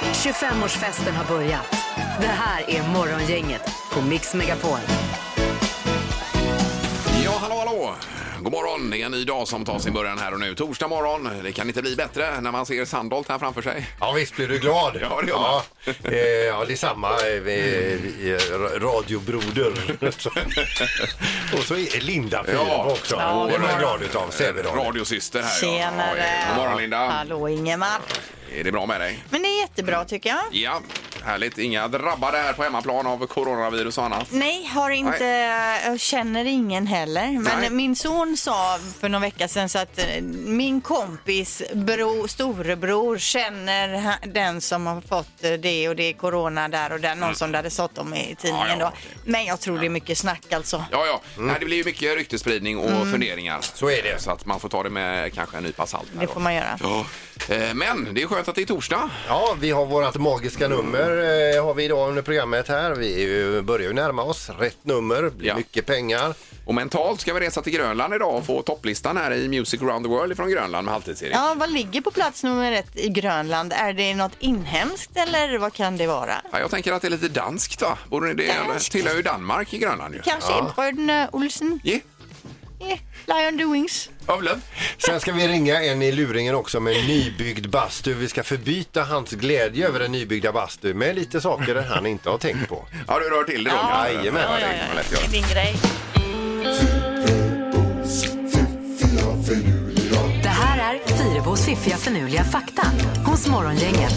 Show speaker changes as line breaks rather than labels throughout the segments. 25-årsfesten har börjat. Det här är Morgongänget på Mix Megapol.
Ja, hallå, hallå! God morgon! Det är en ny dag som tar sin början här och nu. Torsdag morgon. Det kan inte bli bättre när man ser Sandholt här framför sig.
Ja visst blir du glad.
Ja, det gör man.
Ja, eh, ja det är samma eh, eh, ra- radiobroder. och så är Linda för
Ja.
också.
Ja,
det
det
var
var-
jag glad utav. Sävedalen.
Radiosyster här. ja.
Tjenare!
Ja, God morgon, Linda.
Hallå Ingemar!
Är det bra med dig?
Men det är jättebra tycker jag.
Ja, härligt. Inga drabbade här på hemmaplan av coronavirus och annat.
Nej, har inte, jag känner ingen heller. Men
Nej.
min son sa för någon vecka sedan så att eh, min kompis bro, storebror känner ha- den som har fått eh, det och det är corona där och där. Någon som det hade stått om i
Mm. Ja,
tidningen
ja,
då.
okej.
Men jag tror det är mycket snack alltså.
Ja, ja. Nej, det blir ju mycket ryktesspridning och
Mm.
funderingar.
Så är det.
Så att man får ta det med kanske en nypa salt. här
Det
då.
får man göra.
Ja. Eh, Men det är skönt att det är torsdag.
Ja, vi har vårt magiska nummer eh, har vi idag under programmet här. Vi är ju- börjar ju närma oss rätt nummer, blir
Ja.
mycket pengar.
Och mentalt ska vi resa till Grönland idag och få topplistan här i Music around the world från Grönland med halvtids-Erik.
Ja, vad ligger på plats nummer ett i Grönland? Är det något inhemskt eller vad kan det vara?
Ja, jag tänker att det är lite danskt va? Borde det
Danskt?
tillhör ju Danmark i Grönland ju.
Kanske ja. bröderna Olsen?
Ja.
Eh, Lion Doings?
Avlöv.
Sen ska vi ringa en i luringen också med en nybyggd bastu. Vi ska förbyta hans glädje över den nybyggda bastu med lite saker han inte har tänkt på.
Ja, du rör till det då.
Ja.
kanske.
Jajamän.
Ja, det kan man lätt göra.
Min grej.
Det här är Fyrebos fiffiga förnuliga fakta hos Morgongänget.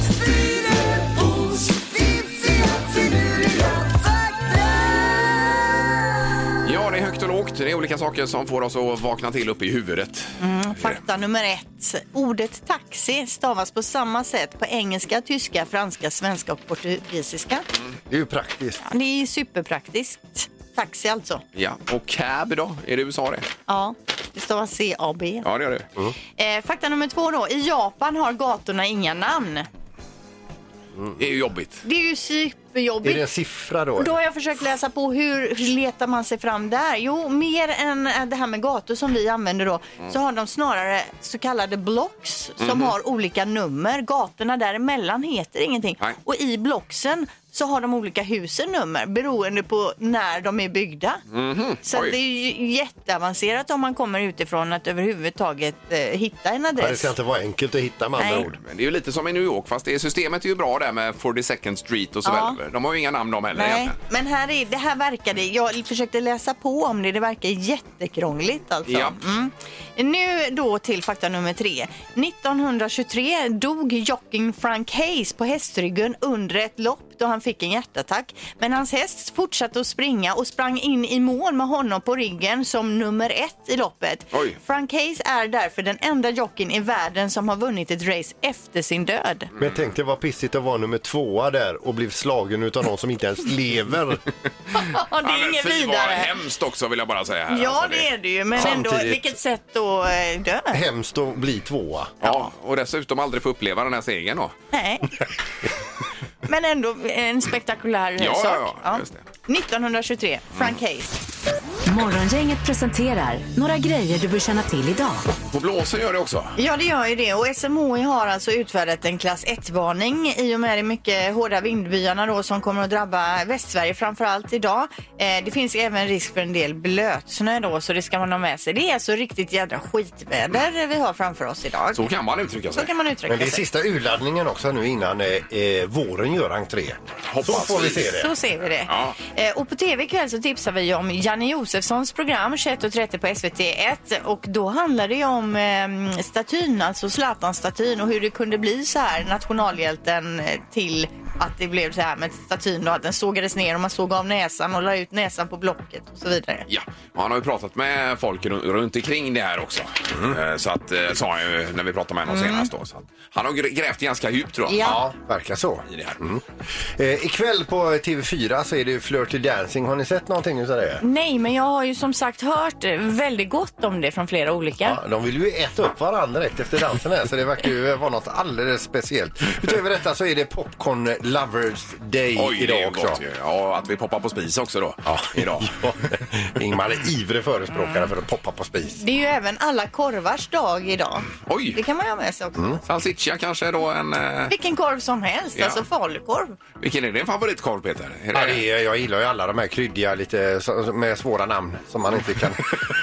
Ja, det är högt och lågt. Det är olika saker som får oss att vakna till uppe i huvudet.
Mm,
Eh,
Fakta nummer ett. Ordet taxi stavas på samma sätt på engelska, tyska, franska, svenska och portugisiska.
Det är ju praktiskt.
Det är ju superpraktiskt. Taxi alltså.
Ja, och cab då? Är det USA det?
Ja, det stavas C-A-B.
Ja, det gör det.
Eh, fakta nummer två då. I Japan har gatorna inga namn.
Det är ju jobbigt.
Det är ju
Är det en
superjobbigt.
siffra då?
Då har jag försökt läsa på hur letar man sig fram där? Jo, mer än eh, det här med gator som vi använder då, så har de snarare så kallade blocks som
Mhm.
har olika nummer. Gatorna däremellan heter ingenting.
Nej.
Och i blocksen så har de olika husen nummer beroende på när de är byggda. Så att
Mhm. Oj.
det är ju jätteavancerat om man kommer utifrån att överhuvudtaget eh, hitta en
Ja, det
adress.
ska inte vara enkelt att hitta med andra
Nej.
ord.
Men det är ju lite som i New York, fast det systemet är ju bra där med 42nd Street och så
Ja.
väl. De har ju inga namn de heller
Nej,
egentligen.
men här är, det här verkade, jag försökte läsa på om det, det verkar jättekrångligt alltså.
Ja.
Mm. Nu då till fakta nummer tre. 1923 dog jockeyn Frank Hayes på hästryggen under ett lopp då han fick en hjärtattack. Men hans häst fortsatte att springa och sprang in i mål med honom på ryggen som nummer ett i loppet.
Oj.
Frank Hayes är därför den enda jockeyn i världen som har vunnit ett race efter sin död.
Men tänk dig vad pissigt att vara nummer tvåa där och bli slagen utav någon som inte ens lever.
Ja, det
Ja,
är
men
inget
fy,
vidare.
vad hemskt också vill jag bara säga här.
Ja,
Alltså,
det är det ju. Men
Samtidigt-
ändå, vilket sätt då eh, dö?
Hemskt att bli tvåa.
Ja, och dessutom aldrig få uppleva den här segern då.
Nej. Men ändå en spektakulär eh,
Ja,
sak.
ja, ja, just det. Mm.
1923, Frank Hayes.
Morgongänget presenterar några grejer du bör känna till idag.
Och blåser gör det också.
Ja, det gör ju det. Och SMHI har alltså utfärdat en klass 1-varning i och med de mycket hårda vindbyarna då som kommer att drabba Västsverige framför allt idag. Eh, det finns även risk för en del blötsnö då, så det ska man ha med sig. Det är alltså riktigt jädra skitväder vi har framför oss idag.
Så kan man uttrycka sig.
Så kan man uttrycka
Men det är
sig.
sista urladdningen också nu innan eh, eh, våren gör entré. Så
Hoppas
får vi
vi.
se det.
Så ser vi det.
Ja.
Eh, och på tv ikväll så tipsar vi om Janne Josefssons program 21.30 på SVT1 och då handlar det ju om eh, statyn, alltså Zlatan-statyn och hur det kunde bli så här nationalhjälten eh, till att det blev så här med statyn då, att den sågades ner och man såg av näsan och la ut näsan på blocket och så vidare.
Ja, och han har ju pratat med folk ru- runt omkring det här också.
Mm.
Eh, Så att, eh, sa han ju när vi pratade med honom senast då. Så att, han har gr- grävt ganska djupt tror jag.
Ja, verkar så.
I det här.
Eh, ikväll på TV4 så är det ju Flirty Dancing. Har ni sett någonting utav det?
Nej, men jag har ju som sagt hört eh, väldigt gott om det från flera olika.
Ja, de vill ju äta upp varandra direkt efter dansen här så det verkar ju vara något alldeles speciellt. Utöver detta så är det Popcorn Lovers Day
Oj, det är
idag
ju
också.
gott ju. Ja, att vi poppar på spis också då. Ja, idag.
Ja. Ingmar är ivrig förespråkare för att poppa på spis.
Det är ju även alla korvars dag idag. Det
Oj!
kan man ju ha med sig också.
Salsiccia kanske då en... Eh,
Vilken korv som helst,
Ja.
alltså falukorv.
vilken är din favoritkorv Peter? Är
Ja, det är, jag gillar ju alla de här kryddiga, lite så- med svåra namn som man inte kan...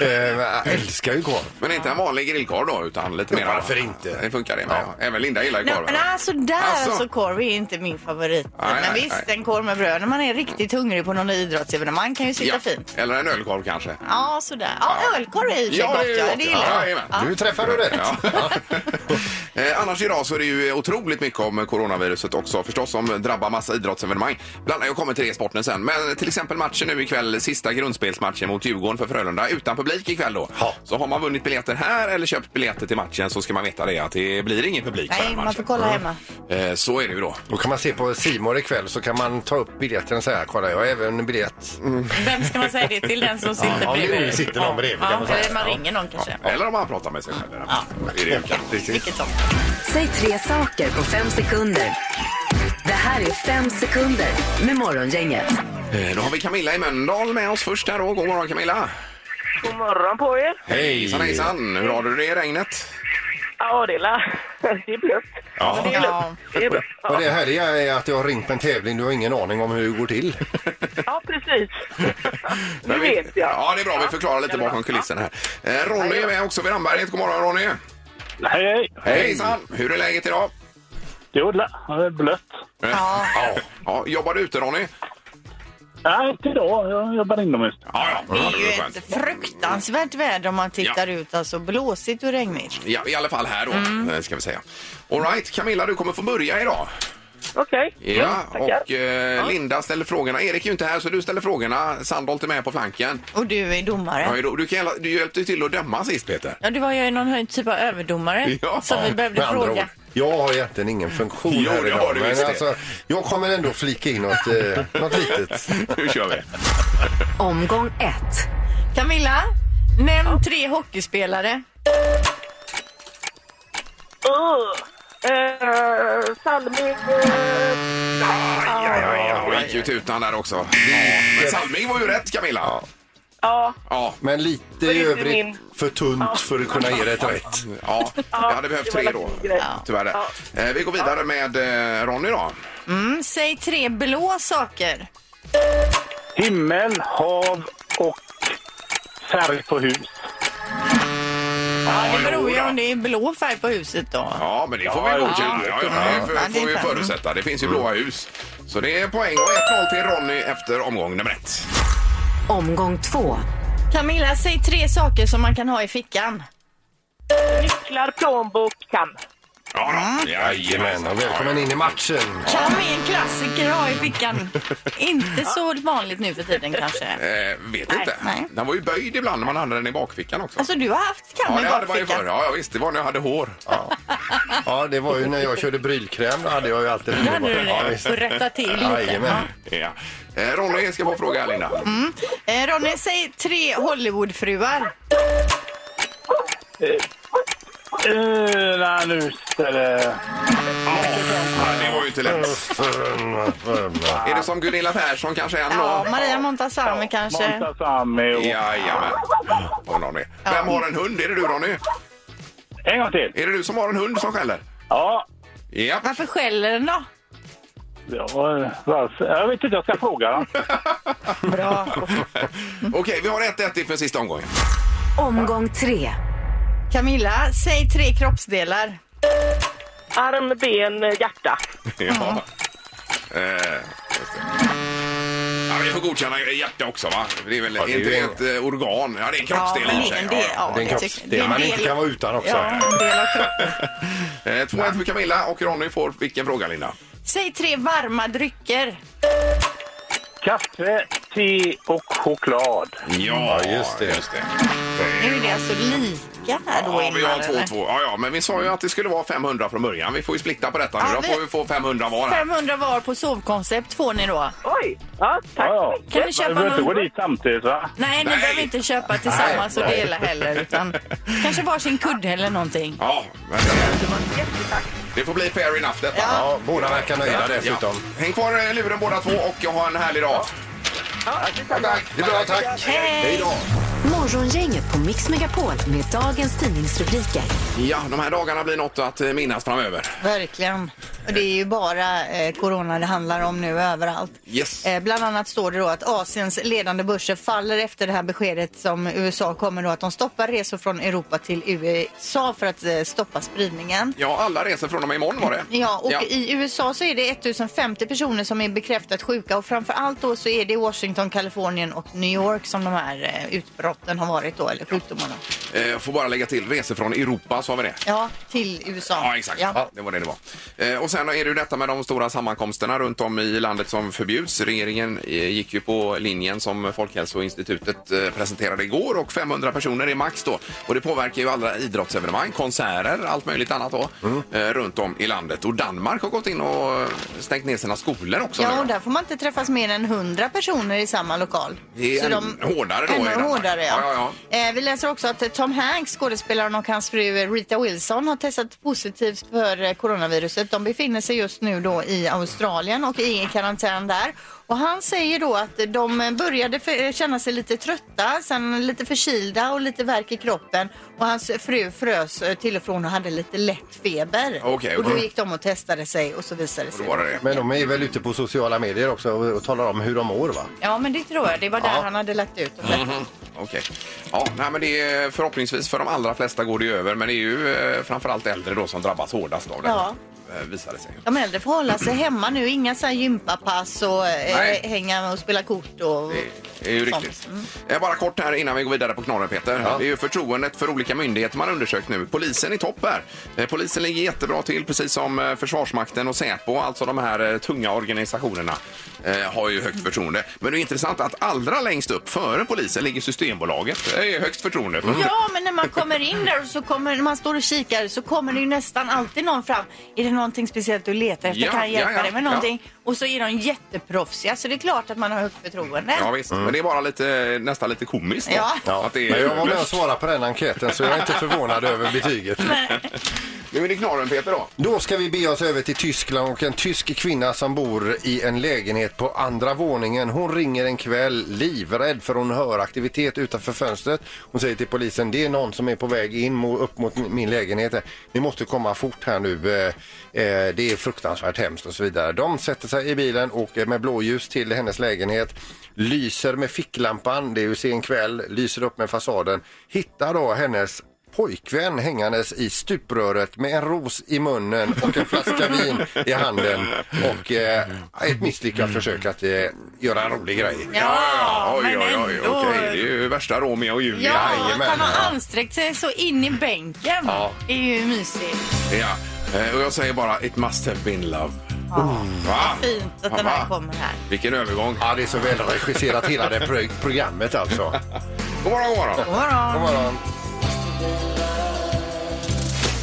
eh, jag älskar ju korv.
Men inte en vanlig grillkorv då, utan lite mer...
varför inte?
Det funkar det med.
Ja.
Även Linda gillar ju
Nej,
korv.
men alltså där
Alltså.
alltså. korv är inte min favorit.
Nej,
men
nej,
visst,
nej.
en korv med bröd när man är riktigt hungrig på någon idrottsevenemang kan ju sitta
ja.
fint.
Eller en ölkorv kanske.
Ja, sådär. Ja,
Ja.
ölkorv är i och för sig
Ja,
gott.
det är
ja.
gott,
Det
ja.
gillar jag.
Jajamän.
Nu träffar du rätt.
Ja. Eh, Annars idag så är det ju otroligt mycket om coronaviruset också förstås som drabbar massa idrottsevenemang. Bland annat, jag kommer till det i sporten sen, men till exempel matchen nu ikväll, sista grundspelsmatchen mot Djurgården för Frölunda utan publik ikväll då.
Ja.
Så har man vunnit biljetter här eller köpt biljetter till matchen så ska man veta det att det blir ingen publik på
Nej,
den
man får
matchen.
kolla hemma.
Eh, Så är det ju då.
Då kan man se på Simor ikväll så kan man ta upp biljetten och säga kolla jag har även en biljett.
Vem ska man säga det till? Den som sitter
Ja,
bredvid?
nu sitter någon bredvid, kan man säga.
eller man
Ja.
ringer någon kanske.
Eller om man pratar med sig själv. Ja. Är det ju kanske.
Vilket som.
Säg tre saker på fem sekunder. Det här är fem sekunder med Morgongänget.
Eh, Då har vi Camilla i Mölndal med oss först här då. God morgon Camilla!
God morgon på er.
Hejsan hejsan! Hur har du det i regnet?
Ja, det är, la... det är blött.
Ja.
Det
Ja.
är blött. Det är blött.
Och
Ja.
det härliga är att jag har ringt på en tävling, du har ingen aning om hur det går till.
ja, precis.
Men
Nu vet jag.
Ja, det är bra. Vi förklarar lite
Ja, det är
bakom kulisserna här. Eh, Ronny är med också vid Ramberget. God morgon Ronny!
Hej, hej!
Hejsan! Hur är läget idag?
Jo, det är blött.
Ja.
Ja. ja. Jobbar du ute Ronny?
Nej, inte idag. Jag jobbar inomhus.
Ja, ja.
Det
ja
är ju ett fruktansvärt väder om man tittar ut. Alltså blåsigt och regnigt.
Ja, i alla fall här då, eh, ska vi säga. All right, Camilla, du kommer få börja idag.
Okej.
Ja,
Jo, tackar.
och eh, Linda ställer frågorna. Erik är ju inte här, så du ställer frågorna. Sandholt är med på flanken.
Och du är
Ja,
domare.
du, du, kan, du hjälpte ju till att döma sist, Peter.
Ja, du var ju någon höj- typ av överdomare
Ja,
som vi behövde
Med andra ord,
fråga.
jag har egentligen ingen funktion
Jo,
här
det
idag,
har du
men
visst det.
alltså, Jag kommer ändå flika in något, eh, något litet.
Nu kör vi.
Omgång ett.
Camilla, nämn tre hockeyspelare.
Ugh. Eh, Salming... eh,
Ja, och gick ju tutan där också. Ja, men Salming var ju rätt, Camilla.
Ja,
Ja,
Men lite
är
i
inte
övrigt
min.
för tunt för att kunna ge dig ett rätt.
ja. jag hade behövt
det var
tre då.
en grej. Ja.
Tyvärr. Eh, vi går vidare med eh, Ronny då.
Mm, säg tre blå saker.
Himmel, hav och färg på hus.
Ja, det
jo
beror ju
då.
om det är blå färg på huset då.
Ja, men det får vi godkänna. Ja, ja, det
Ja,
får,
det
får
är Mm.
vi
sant.
förutsätta. Det finns ju blåa hus. Så det är poäng och 1-0 till Ronny efter omgång nummer ett.
Omgång två.
Camilla, säg tre saker som man kan ha i fickan.
Nycklar, plånbok, kam.
Ja,
Mm.
då.
Jajamän, och välkommen in i matchen.
Kam är en klassiker att ha i fickan. Inte så vanligt nu för tiden kanske.
Eh, vet inte.
nej.
Den var ju böjd ibland när man hade den i bakfickan också.
Alltså du har haft kam
ja,
i
det hade man ju förr.
bakfickan.
Ja, ja, visst. Det var när jag hade hår. Ja,
Ja, det var ju när jag körde brylkräm, då hade jag ju alltid
Då hade du
Ja,
det.
visst.
För att rätta till lite.
Jajamän.
ja. Eh, Ronny ska få fråga, Linda.
Eh, Ronny, säg tre Hollywoodfruar.
Eh, nej, nu ställer...
Ja, det var ju inte lätt. Är det som Gunilla Persson kanske? En
Ja,
och-
Maria Montazami kanske.
Montazami och...
Jajamän. Om någon är. Vem har en hund? Är det du, Ronny?
En gång till.
Är det du som har en hund som skäller?
Ja.
Ja.
Varför skäller den då?
ja varför? jag vet inte, jag ska fråga den.
Okej, vi har 1-1 inför sista omgången.
Omgång tre.
Camilla, säg tre kroppsdelar.
Arm, ben, hjärta.
Ja. Eh, just det. Ja, vi får godkänna hjärta också, va? Det är väl
det är
inte
ju-
ett eh, organ? Ja, det är en
Ja,
kroppsdel i
men
och för
det är
sig.
en del.
Ja.
Ja,
Det är en
jag tycker-
kroppsdel man
del-
inte kan vara utan också.
Ja, en del av kroppen.
Eh, 2-1 för Camilla och Ronny får vilken fråga, Linda?
Säg tre varma drycker.
Kaffe, te och choklad.
Ja,
just det.
Nu är det alltså lika här
Ja,
då
vi har
Ingmar, eller? Mm.
2-2. Ja, ja, men vi sa ju att det skulle vara 500 från början. Vi får ju splitta på detta nu.
Ja,
Då
vi-
får vi få 500 var här.
500 var på sovkoncept får ni då.
Oj! Ja, tack.
Ja, ja.
Kan du köpa
Vi behöver inte
någon-
gå dit samtidigt, va?
Nej, ni
Nej.
behöver inte köpa tillsammans och dela heller. Utan kanske varsin kudde eller någonting.
Ja, men... Det får bli fair enough detta.
Ja, båda verkar nöjda dessutom.
Ja. Häng kvar i luren båda två och jag har en härlig dag. Tack.
Det är bra, tack.
Hej då.
Morgongänget på Mix Megapol med dagens tidningsrubriker.
Ja, de här dagarna blir något att eh, minnas framöver.
Verkligen. Och det är ju bara eh, corona det handlar om nu överallt.
Yes.
Eh, bland annat står det då att Asiens ledande börser faller efter det här beskedet som USA kommer då att de stoppar resor från Europa till USA för att eh, stoppa spridningen.
Ja, alla reser från och med imorgon var det.
Ja, och i USA så är det 1050 personer som är bekräftat sjuka och framför allt då så är det i Washington, Kalifornien och New York som de här eh, utbrotten har varit då, eller sjukdomarna.
Eh, får bara lägga till resor från Europa, sa vi det?
Ja, till USA.
Ja, exakt.
Ja.
Ja. Det var det det var. Eh, och sen är det ju detta med de stora sammankomsterna runt om i landet som förbjuds. Regeringen eh, gick ju på linjen som Folkhälsoinstitutet eh, presenterade igår och 500 personer är max då. Och det påverkar ju alla idrottsevenemang, konserter, allt möjligt annat då eh, runt om i landet. Och Danmark har gått in och eh, stängt ner sina skolor också. nu
Ja,
då.
och där får man inte träffas mer än 100 personer i samma lokal.
Det är än hårdare då i
Ännu
Danmark.
hårdare, ja.
Ja,
Eh, vi läser också att eh, Tom Hanks, skådespelaren och hans fru eh, Rita Wilson har testat positivt för eh, coronaviruset. De befinner sig just nu då i Australien och är i karantän där. Och han säger då att eh, de eh, började för, eh, känna sig lite trötta, sen lite förkylda och lite värk i kroppen. Och hans fru frös eh, till och från och hade lite lätt feber.
Okej,
och då
okej.
gick de och testade sig och så visade det
Och då
sig.
var det det.
Men de är väl ute på sociala medier också och, och talar om hur de mår va?
Ja, men det tror jag. Det var där
Ja.
han hade lagt ut och
Mm-hmm.
berättat.
Mhm. Okej. Ja, nej, men det är, förhoppningsvis för de allra flesta går det ju över men det är ju eh, framförallt äldre då som drabbas hårdast av det.
Ja.
Eh, Visar det sig.
De äldre får hålla sig hemma nu. Inga så här gympapass och
Nej.
eh, hänga och spela kort och...
Det är ju
Sånt.
riktigt. Eh, Bara kort här innan vi går vidare på knorren Peter. Det är ju förtroendet för olika myndigheter man har undersökt nu. Polisen är topp här. Eh, Polisen ligger jättebra till precis som eh, Försvarsmakten och Säpo, alltså de här eh, tunga organisationerna eh, har ju högt förtroende. Men det är intressant att allra längst upp före polisen ligger Systembolaget. Det är högst förtroende.
Mm.
För.
Ja, men när man kommer in där och så kommer, när man står och kikar så kommer det ju nästan alltid någon fram. Är det någonting speciellt du letar efter?
Ja,
kan jag hjälpa
ja, ja,
dig med
ja.
någonting? Och så är de jätteproffsiga så det är klart att man har högt förtroende.
Ja, visst. Men det är bara lite, nästan lite komiskt. då.
Ja.
Att det
Mm. Men jag var med och
är...
svarade på den enkäten så jag är inte förvånad över betyget.
Nu är det knorren Peter då.
Då ska vi be oss över till Tyskland och en tysk kvinna som bor i en lägenhet på andra våningen. Hon ringer en kväll livrädd för hon hör aktivitet utanför fönstret. Hon säger till polisen det är någon som är på väg in mo- upp mot min lägenhet. Ni måste komma fort här nu. Eh, eh, Det är fruktansvärt hemskt och så vidare. De sätter sig i bilen och eh, med blåljus till hennes lägenhet lyser med ficklampan. Det är ju sen kväll. Lyser upp med fasaden. Hittar då hennes pojkvän hängandes i stupröret med en ros i munnen och en flaska vin i handen och eh, ett
Mm.
misslyckat försök att eh, göra en rolig grej.
Ja,
oj,
men
oj, oj,
ändå.
okej. Det är ju värsta Romeo och Julia.
Ja, att
Jajamän.
han har ansträngt sig så in i bänken.
Ja.
Det är ju mysigt.
Ja, eh, och jag säger bara it must have been love. Oh, Va?
Fint att den
Va?
här kommer här.
Vilken övergång.
Ja, det är så väl regisserat hela det pro- programmet alltså.
God morgon, god morgon.
God morgon.
God morgon.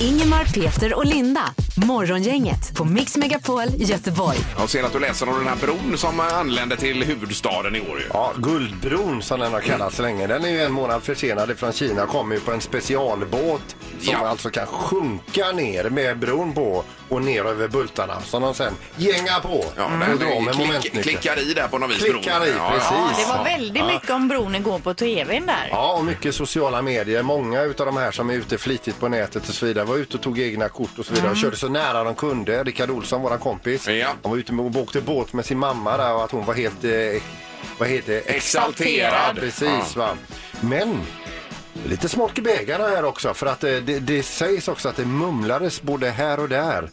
Ingemar, Peter och Linda. Morgongänget på Mix Megapol Göteborg.
Jag ser att du läser om den här bron som eh, anlände till huvudstaden i år. Ju.
Ja, Guldbron som den har kallats länge. Den är ju en månad försenad från Kina. Kommer ju på en specialbåt som
Ja.
alltså kan sjunka ner med bron på och ner över bultarna som de sen gängar på.
Ja,
Och
den,
drar Mm. med
klick,
momentnyckeln.
klickar i där på något vis.
Klickar
bron.
i,
ja,
precis.
Ja.
Det var
Ja.
väldigt mycket om bron igår på tvn där.
Ja, och mycket sociala medier. Många av de här som är ute flitigt på nätet och så vidare var ute och tog egna kort och så vidare. Och körde så nära de kunde. Rickard Olsson, våran kompis,
Ja.
han var ute och åkte båt med sin mamma där och att hon var helt, eh, vad heter det? Ja,
Exalterad.
precis. Va? Men lite smolk i bägarna här också. För att eh, det, det sägs också att det mumlades både här och där.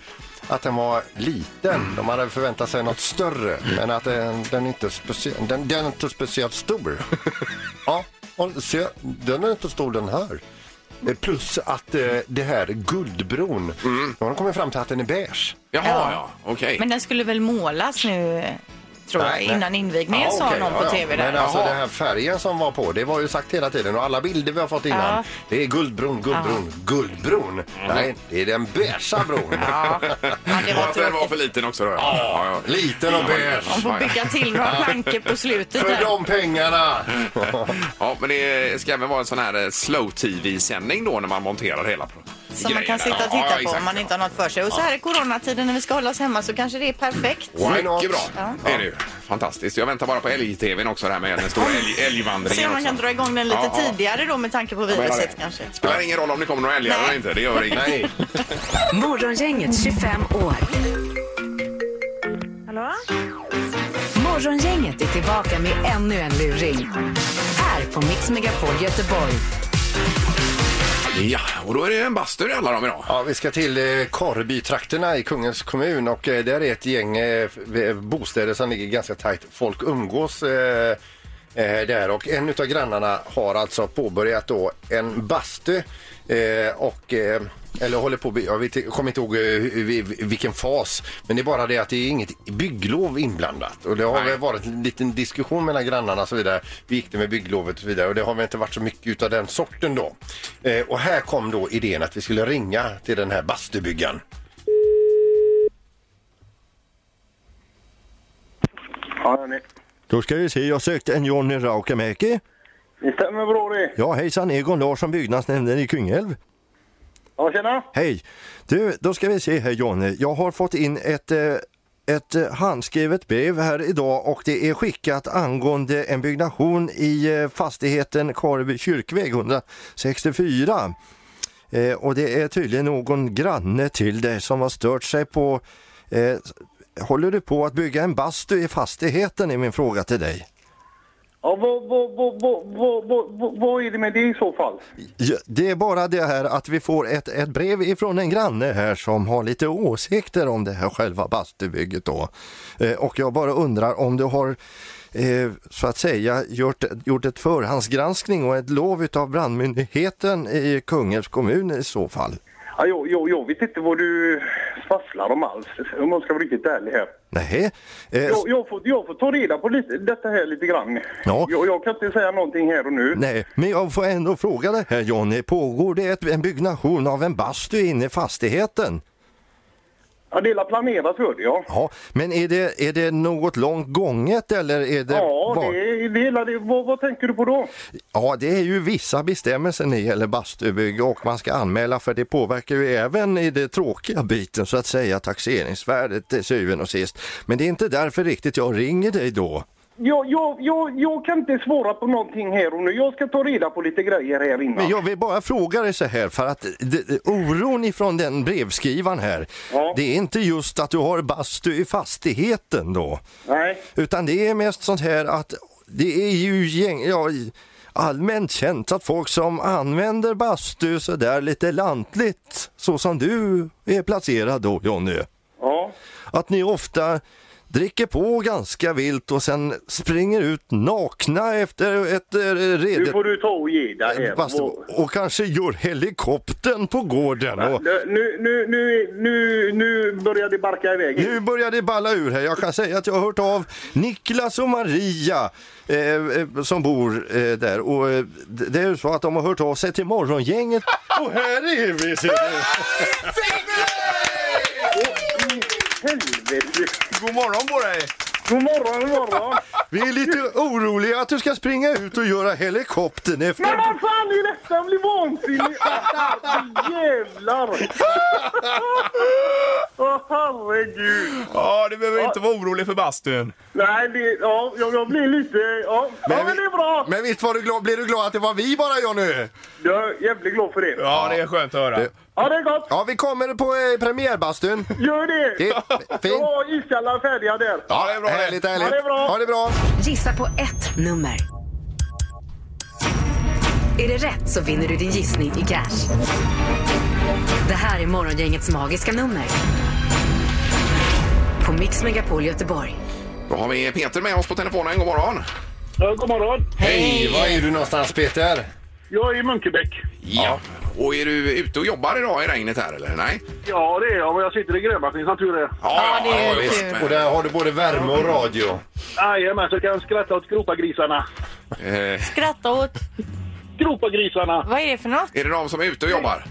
Att den var liten. De hade förväntat sig något större. Men att den, den, inte, är specie- den, den är inte speciellt stor. Ja, och se, den är inte stor den här. Eh, Plus att eh, det här guldbron, de har kommit fram till att den är beige.
Ja. Jaha, ja. Okej.
Men den skulle väl målas nu, eh, tror jag,
Nej, nej.
innan invigningen sa
okej,
någon på tv där.
Men alltså
Jaha.
den här färgen som var på, det var ju sagt hela tiden och alla bilder vi har fått innan.
Ja. Mm.
Det är guldbron, guldbron, guldbron. Nej, det är den beigea bron.
Ja. ja, det var
Att den var
tråkigt.
för liten också då. Ja. Ja, ja.
Liten och beige.
Man får bygga till några plankor på slutet
För
där.
de pengarna!
eh, Ja, men det ska även vara en sån här slow-tv-sändning då när man monterar hela pro-
som man
grejerna.
kan sitta och
Ja,
titta på
exakt,
om man
ja.
inte har något för sig. Och så här i coronatiden när vi ska hålla oss hemma så kanske det är perfekt.
Why not?
Mycket bra.
Ja.
Det är det ju. Fantastiskt. Jag väntar bara på älg-tvn också, det här med den stora älg
Se
älgvandringen.
om man kan
också.
dra igång den lite
Ja, ja.
tidigare då med tanke på
menar
viruset
det.
kanske.
Spelar ingen roll om det kommer några älgar eller
Nej.
inte. Det gör inget.
Nej.
Morgongänget 25 år.
Hallå?
Morgongänget är tillbaka med ännu en luring. Här på Mix Megapol Göteborg.
Ja, och då är det en bastu det handlar om idag.
Ja, vi ska till eh, Korrbytrakterna i Kungens kommun och eh, där är ett gäng eh, f- eh, bostäder som ligger ganska tajt. Folk umgås eh, eh, där och en utav grannarna har alltså påbörjat då en bastu eh, och eh, eller håller på, att by- jag vet, jag kommer inte ihåg eh, hur- vi- vilken fas, men det är bara det att det är inget bygglov inblandat. Och det har
Nej.
väl varit en liten diskussion mellan grannarna och så vidare. Vi gick det med bygglovet och så vidare och det har väl inte varit så mycket utav den sorten då. Eh, och här kom då idén att vi skulle ringa till den här bastubyggaren.
Ja, ni.
Då ska vi se, jag sökte en Johnny Raukemäki.
Det stämmer bra det.
Ja hejsan, Egon Larsson, byggnadsnämnden i Kungälv.
Ja, tjena.
Hej! Du, då ska vi se här Johnny. Jag har fått in ett, eh, ett eh, handskrivet brev här idag och det är skickat angående en byggnation i eh, fastigheten Karby kyrkväg 164. Eh, och det är tydligen någon granne till dig som har stört sig på... Eh, håller du på att bygga en bastu i fastigheten är min fråga till dig.
Ja, vad, vad, vad, vad, vad, vad, vad, vad är det med det i så fall?
Ja, det är bara det här att vi får ett, ett brev ifrån en granne här som har lite åsikter om det här själva bastubygget då. Eh, och jag bara undrar om du har eh, så att säga gjort, gjort ett förhandsgranskning och ett lov utav brandmyndigheten i Kungälvs kommun i så fall?
Ja, jag, jag, jag vet inte vad du svasslar om alls, om man ska vara riktigt ärlig här.
Nej. Eh,
Jag, jag, får, jag får ta reda på lite, detta här lite grann.
Ja.
Jag, jag kan inte säga någonting här och nu.
Nej, men jag får ändå fråga det här Johnny. Pågår det ett, en byggnation av en bastu inne i fastigheten?
Ja, det är planerat hörde jag.
Ja, men är det, är det något långt gånget eller är det
Ja,
bara-
det är det, är- det, vad, vad tänker du på då?
Ja, det är ju vissa bestämmelser när det gäller bastubygge och man ska anmäla för det påverkar ju även i det tråkiga biten så att säga taxeringsvärdet till syvende och sist. Men det är inte därför riktigt jag ringer dig då.
Jag, jag, jag, jag kan inte svara på någonting här och nu. Jag ska ta reda på lite grejer här innan.
Men jag vill bara fråga dig så här för att det- det- oron ifrån den brevskrivaren här,
Ja.
det är inte just att du har bastu i fastigheten då.
Nej.
Utan det är mest sånt här att det är ju gäng, ja, allmänt känt att folk som använder bastu så där lite lantligt, så som du är placerad då Jonny,
Ja.
att ni ofta dricker på ganska vilt och sen springer ut nakna efter ett eh,
Nu
redet
får du ta och ge dig här.
bastu
Vad-
och kanske gör helikoptern på gården. Och,
Nu, nu, nu, nu, nu börjar det barka iväg.
Nu börjar det balla ur här. Jag kan säga att jag har hört av Niklas och Maria eh, eh, som bor eh, där. Och eh, det det är ju så att de har hört av sig till morgongänget. Och här är vi! ser du.
Helvete!
God morgon på dig!
God morgon, god morgon!
Vi är lite oroliga att du ska springa ut och göra helikoptern
Men
efter...
vad fan är detta? Jag blir vansinnig! Herre Jävlar! Åh herregud!
Ja, du behöver inte vara orolig för bastun.
Nej, det, ja, jag, jag blir lite... Ja, men, ja, men det är bra!
Men visst var du glad, blev du glad att det var vi bara Johnny?
Jag är jävligt glad för det.
Ja, det är skönt att höra.
Ja, det är gott!
Ja, vi kommer på eh, premiärbastun.
Gör det!
Det
Jag
fint.
har iskalla färdiga där.
Ja, eh, det är bra det.
Härligt, härligt.
Ja, det är bra.
Ha det bra.
Gissa på ett nummer. Är det rätt så vinner du din gissning i cash. Det här är morgongängets magiska nummer. På Mix Megapol Göteborg.
Då har vi Peter med oss på telefonen. God morgon.
Ja, god morgon.
Hej, var är du någonstans Peter?
Jag är i Munkebäck.
Ja. Och är du ute och jobbar idag i regnet här eller? Nej?
Ja, det är jag. Men jag sitter i grävmaskinen som tur är.
Ja,
det är
visst.
kul.
Och där har du både värme och radio.
Jajamän, så kan jag skratta åt gropagrisarna.
Eh,
Skratta åt,
Gropagrisarna!
vad är det för något?
är det de som är ute och jobbar?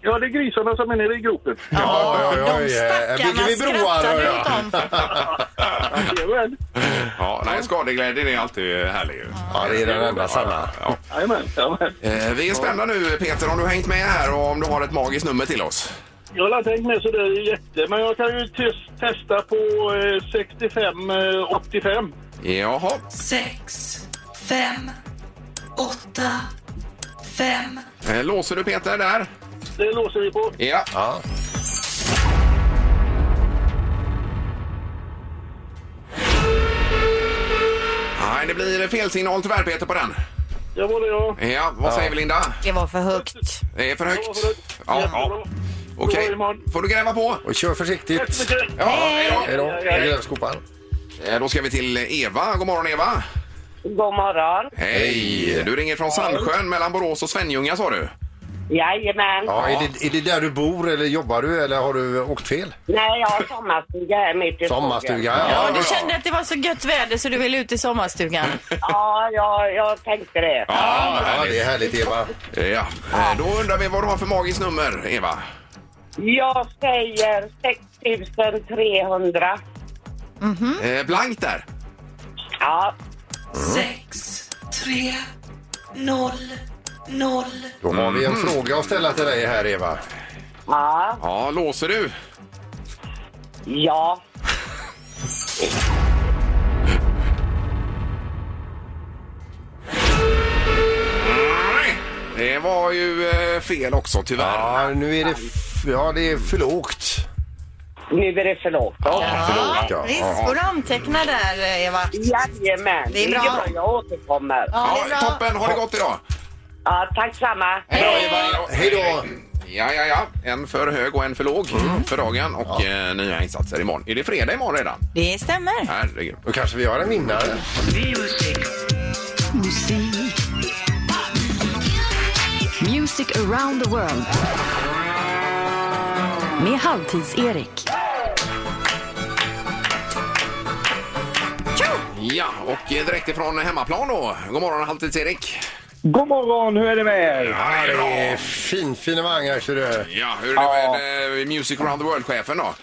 Ja, det är grisarna som är nere i gropen.
Ja, ja, ja, ja.
De stackarna
Bygger Eh, vi broar? ja,
skrattar du
ja.
åt dem.
Jajamän.
Ja, nej, skadeglädjen är alltid härlig. ju.
Ja, det är den enda sanna.
Ja.
Jajamän. Jajamän.
Eh, Vi är spända nu Peter om du har hängt med här och om du har ett magiskt nummer till oss.
Jag har inte hängt med så det är jätte, men jag kan ju tes- testa på eh, 65, eh, 85.
Jaha.
sex, fem, åtta, fem.
Eh, Låser du Peter där?
Det låser vi på.
Ja.
Ja.
Nej, det blir fel signal tyvärr Peter på den.
Det var det jag.
Ja, vad säger vi Linda?
Det var för högt.
Det är för
Det var
högt.
för högt.
Ja,
Jättebra.
ja. Okej,
Bra, Iman.
får du gräva på?
Och kör
Tack så
försiktigt.
mycket.
Ja, hej
Hej
då.
då, med grävskopan.
Eh, Då ska vi till Eva. God morgon Eva.
God morgon.
Hej! Du ringer från Sandsjön mellan Borås och Svenljunga sa du.
Jajamän.
Ja, är, det, är det där du bor eller jobbar du eller har du åkt fel?
Nej, jag har sommarstuga här mitt i skogen.
Sommarstuga?
Ja,
Ja.
du kände att det var så gött väder så du ville ut i sommarstugan.
Ja, jag, jag tänkte det.
Ja,
ja,
härligt.
det är härligt Eva.
Ja. Eh, Då undrar vi vad du har för magiskt nummer, Eva.
Jag säger 6300.
Eh, Blankt där.
Ja,
Sex, tre, noll, noll.
Då har vi en fråga att ställa till dig här Eva.
ja,
Ja, låser du?
ja.
Nej! Det var ju eh, fel också, tyvärr.
Ja, nu är det, f- ja, det är för lågt.
Nu är det för lågt.
Förlåt,
Ja,
ja.
visst. Får du anteckna där, eh, Eva?
Jajamän.
Det är bra.
Jag återkommer.
Ja, det är bra.
toppen, ha det gott idag!
Ja, tack samma.
Hej då!
Ja, ja, ja. En för hög och en för låg för dagen och eh, nya insatser imorgon. Är det fredag imorgon redan?
Det stämmer.
Herregud.
Då kanske vi har en vinnare.
Music around the world. Med Halvtids-Erik.
Ja, och eh, direkt ifrån hemmaplan då. God morgon, Halvtids-Erik.
God morgon, hur är det med er?
Ja, det är fin finemang här ser du.
Ja, hur är det med eh, Music around the world-chefen då?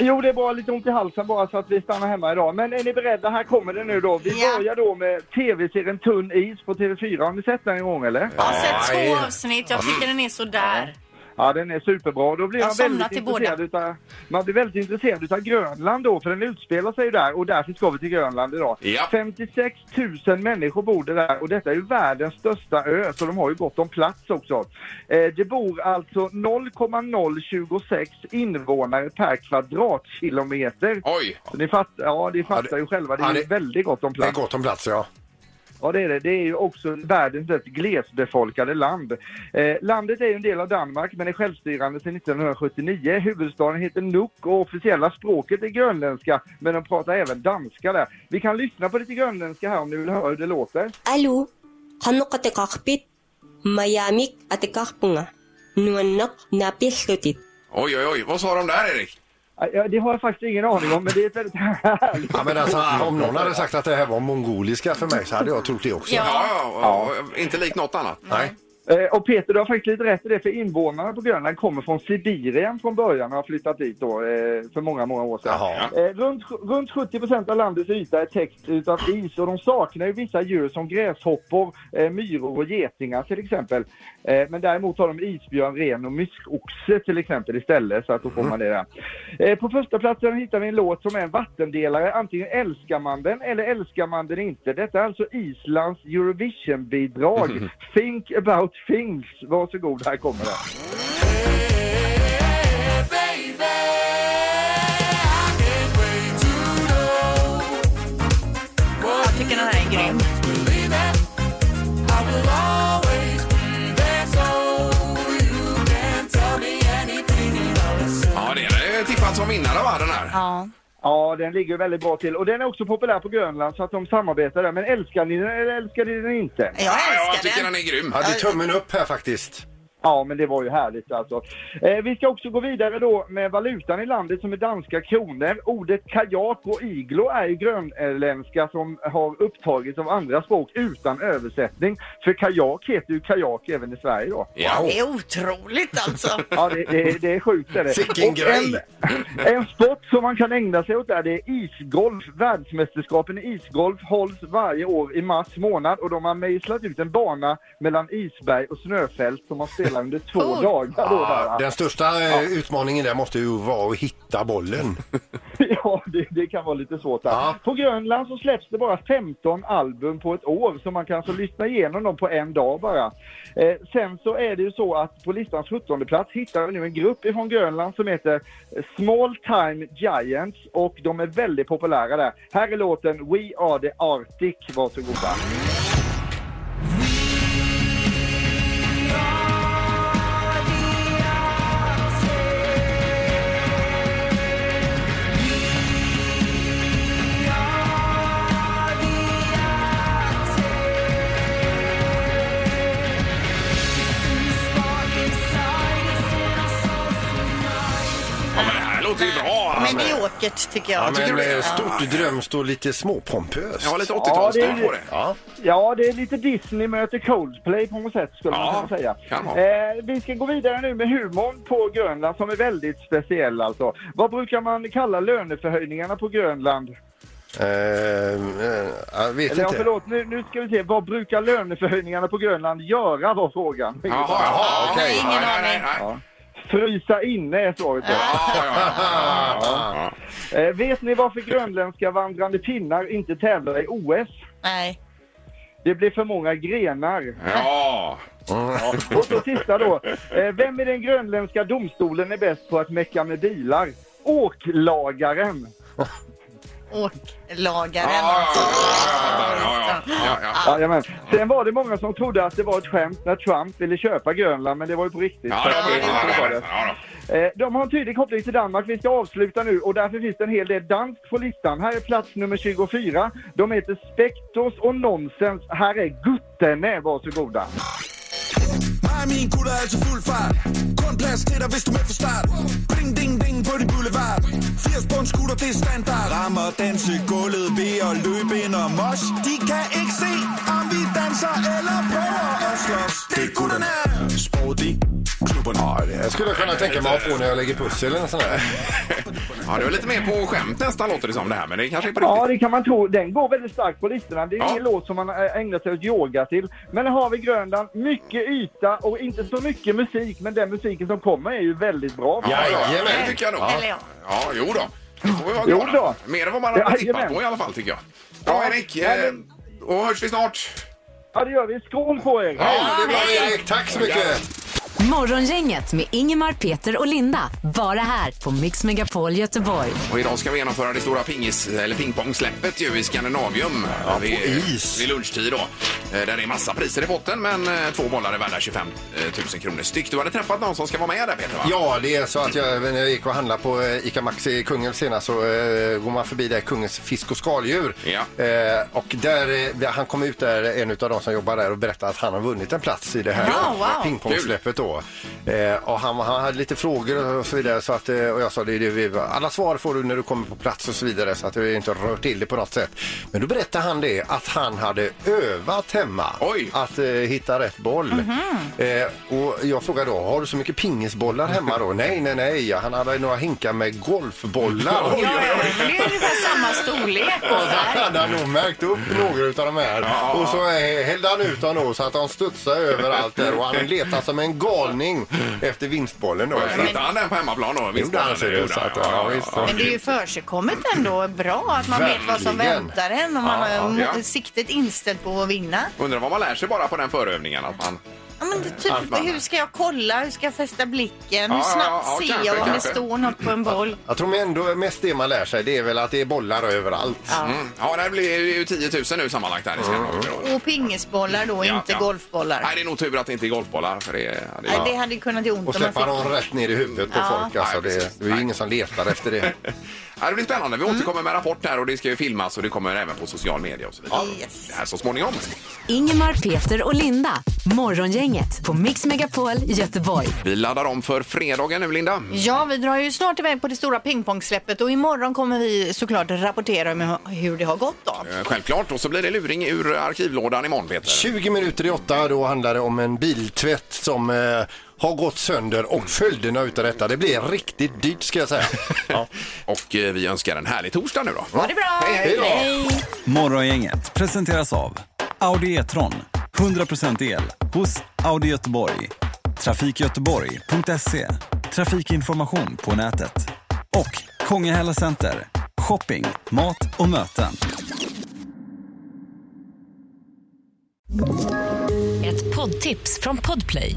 Jo, det är bara lite ont i halsen bara så att vi stannar hemma idag. Men är ni beredda? Här kommer det nu då. Vi
Ja.
börjar då med tv-serien Tunn is på TV4. Har ni sett den en gång eller?
Jag har sett
Nej.
två avsnitt. Jag tycker den är sådär.
Ja, den är superbra. Då blir
Jag
man
somnar
väldigt
till båda.
intresserad utav, man blir väldigt intresserad utav Grönland då, för den utspelar sig ju där och därför ska vi till Grönland idag.
Ja.
56 000 människor bor det där och detta är ju världens största ö, så de har ju gott om plats också. Eh, det bor alltså 0,026 invånare per kvadratkilometer.
Oj!
Så ni fattar, ja, ni fattar
Ja, det-
ju själva, det
ja,
är ju
det-
väldigt gott om
Det är
plats.
gott om plats ja.
Ja, det är det. Det är ju också världens mest glesbefolkade land. Eh, landet är ju en del av Danmark, men är självstyrande sedan 1979. Huvudstaden heter Nuuk och officiella språket är grönländska, men de pratar även danska där. Vi kan lyssna på lite grönländska här om ni vill höra hur det låter.
Alo, hanok at kakpit, mayamik at kakpunga, nuannok napislutit.
Oj, oj, oj. Vad sa de där, Erik?
Eh, ja, det har jag faktiskt ingen aning om, men det är ett väldigt härligt...
ja men alltså, om någon hade sagt att det här var mongoliska för mig så hade jag trott det också.
Ja.
Ja, ja, ja. Inte likt något annat.
Nej.
Eh, och Peter, du har faktiskt lite rätt i det, för invånarna på Grönland kommer från Sibirien från början och har flyttat dit då, eh, för många, många år sedan.
Jaha.
Eh, runt, runt 70 procent av landets yta är täckt utav is och de saknar ju vissa djur som gräshoppor, eh, myror och getingar till exempel. Eh, men däremot har de isbjörn, ren och myskoxe till exempel istället så att då får man det där. Eh, på första platsen hittar vi en låt som är en vattendelare. Antingen älskar man den eller älskar man den inte. Detta är alltså Islands Eurovision-bidrag. Think about things. Varsågod, här kommer den.
Jag tycker den här är grym.
Ja, det är det tippat som vinnare, va, den här?
Ja.
Ja, den ligger väldigt bra till. Och den är också populär på Grönland så att de samarbetar där. Men älskar ni den eller älskar ni den inte?
Jag
Ja, jag
älskar
tycker
den.
den är grym.
Ja, det är tummen upp här faktiskt.
Ja, men det var ju härligt alltså. Eh, vi ska också gå vidare då med valutan i landet som är danska kronor. Ordet kajak och iglo är ju grönländska som har upptagits av andra språk utan översättning. För kajak heter ju kajak även i Sverige då.
Ja. Det är otroligt alltså.
Ja, det, det, det är sjukt. Är det.
Vilken
Och
grej.
En, en sport som man kan ägna sig åt där, det är isgolf. Världsmästerskapen i isgolf hålls varje år i mars månad och de har mejslat ut en bana mellan isberg och snöfält som man spelar under två dagar. Då, där, va?
Ja, den största eh, utmaningen där måste ju vara att hitta bollen.
Ja, det, det kan vara lite svårt. Där. På Grönland så släpps det bara 15 album på ett år, så man kan alltså lyssna igenom dem på en dag bara. Eh, sen så är det ju så att på listans 17 plats hittar vi nu en grupp ifrån Grönland som heter Small Time Giants och de är väldigt populära där. Här är låten We Are The Arctic, varsågoda.
Ja, men det här låter ju bra.
Men
alltså.
mediokert tycker jag.
Ja, men
det är-
eh, stort drömst och lite småpompöst.
Jag har lite
Ja, det
80-talsstämpel
är,
på det.
Ja.
ja, det är lite Disney möter Coldplay på något sätt skulle
Ja,
man kunna säga.
kan vara.
Eh, vi ska gå vidare nu med humorn på Grönland som är väldigt speciell alltså. Vad brukar man kalla löneförhöjningarna på Grönland?
Eh, eh, jag vet
Eller ja,
inte.
förlåt, nu, nu ska vi se. Vad brukar löneförhöjningarna på Grönland göra var frågan.
Jaha, jaha, okej. Ingen aning.
Frysa inne är svaret. då.
Ja.
Eh, vet ni varför grönländska vandrande pinnar inte tävlar i OS?
Nej.
Det blir för många grenar.
Ja.
Ja. Och så sista då. Eh, Vem i den grönländska domstolen är bäst på att mecka med bilar? Åklagaren.
Åklagaren.
Ja, ja, ja.
Jajamän. Sen var det många som trodde att det var ett skämt när Trump ville köpa Grönland, men det var ju på riktigt.
Ja,
Så
ja,
att det-
ja,
så
ja,
var
ja,
det.
ja,
Eh, De har en tydlig koppling till Danmark. Vi ska avsluta nu och därför finns det en hel del danskt på listan. Här är plats nummer 24. De heter Spektos och Nonsens. Här är Guttene. Varsågoda.
Mig og mine gutter er altid fuld fart Kun plads til dig, hvis du er med fra start Bling, ding, ding på din boulevard 80 på en scooter, det er standard Rammer danse gulvet ved at løbe ind om os De kan ikke se, om vi danser eller prøver at slås Det er gutterne Sport i klubberne
Ja, det skulle jag kunna tänka mig att ha på när jag lägger pussel eller sån här.
Ja, det var lite mer på skämt nästan låter det som det här, men det kanske är på
Ja,
riktigt.
det kan man tro. Den går väldigt starkt på listorna. Det är ingen låt som man eh, ägnar sig åt yoga till. Men här har vi Grönland. Mycket yta och inte så mycket musik, men den musiken som kommer är ju väldigt bra.
det tycker jag nog.
Eller ja.
Ja, jo då. Det får vi vara
Jo
glada.
då.
Mer än vad man hade tippat
Jajamän.
på i alla fall, tycker jag. Bra, Erik. Eh, och hörs vi snart.
Ja, det gör vi. Skål på er!
Ja, det är bra Erik. Tack så mycket.
Morgongänget med Ingemar, Peter och Linda. Bara här på Mix Megapol Göteborg.
Och idag ska vi genomföra det stora pingis, eller pingpongsläppet ju i Skandinavium.
på is.
Vid lunchtid då. Eh, Där är massa priser i botten men eh, två bollar är värda 25 000 kronor styck. Du hade träffat någon som ska vara med där Peter va?
Ja, det är så att jag, när jag gick och handlade på eh, Ica Maxi i Kungälv senast så eh, går man förbi där Kungens fisk och skaldjur.
Ja.
Eh, och där, eh, där han kom ut där, en av de som jobbar där och berättade att han har vunnit en plats i det här
Ja, wow.
pingpongsläppet då. Eh, och han, han hade lite frågor och så vidare så att, eh, och jag sa det, det, det, alla svar får du när du kommer på plats och så vidare så att jag inte rör till det på något sätt. Men då berättade han det att han hade övat hemma
Oj.
att eh, hitta rätt boll.
Mhm.
Eh, och jag frågade då, har du så mycket pingisbollar hemma då? nej, nej, nej. Han hade några hinkar med golfbollar.
Oj,
Ja, ja, men det är ungefär samma storlek.
Och så hade han nog märkt upp några utav de här. Och så eh, hällde han ut dem då så att de studsade överallt där och han letade som en galning efter vinstbollen då. Så att-
Hittade han den på hemmaplan då? Visst
Gjorde han sig det,
gjorde
så
han,
att- ja, visst.
Men det är ju försigkommet ändå bra att man vet vad som
Verkligen.
väntar en och man
Ja,
har
ja.
mo- siktet inställt på att vinna.
Undrar vad man lär sig bara på den förövningen. Att man...
Ja, men det, typ,
Allt man-
hur ska jag kolla? Hur ska jag fästa blicken?
Ja,
Hur
ja,
snabbt
ja,
ser
kanske,
jag om det
kanske.
står något på en boll?
Jag tror ändå mest det man lär sig det är väl att det är bollar överallt.
Mm. Ja, det här blir ju 10 000 nu sammanlagt här i Skandinavien.
Och pingisbollar då,
Ja,
inte
ja.
golfbollar.
Nej, det är nog tur att det inte är golfbollar. För det, ja, det är...
Nej, Det hade ju kunnat göra ont
Och
om man
släppa
fick...
dem rätt ner i huvudet på
Ja.
folk. Alltså,
Nej, precis.
det, det är ju ingen som letar efter det.
Ja, det blir spännande.
Mm.
Vi återkommer med rapport här och det ska ju filmas och det kommer även på social media och så vidare. Det här så småningom.
Ingemar, Peter och Linda. Morgongänget på Mix Megapol Göteborg.
Vi laddar om för fredagen nu, Linda.
Ja, vi drar ju snart iväg på det stora pingpongsläppet och imorgon kommer vi såklart rapportera om hur det har gått då.
Eh, Självklart. Och så blir det luring ur arkivlådan imorgon, Peter.
20 minuter i åtta, då handlar det om en biltvätt som eh, har gått sönder och följderna utav detta. Det blir riktigt dyrt ska jag säga.
Och eh, vi önskar en härlig torsdag nu då.
Ha det bra!
Hej, hej.
Morgongänget presenteras av Audi E-tron. 100% el hos Audi Göteborg. Trafikgöteborg.se. Trafikinformation på nätet. Och Kongahälla Center. Shopping, mat och möten.
Ett poddtips från Podplay.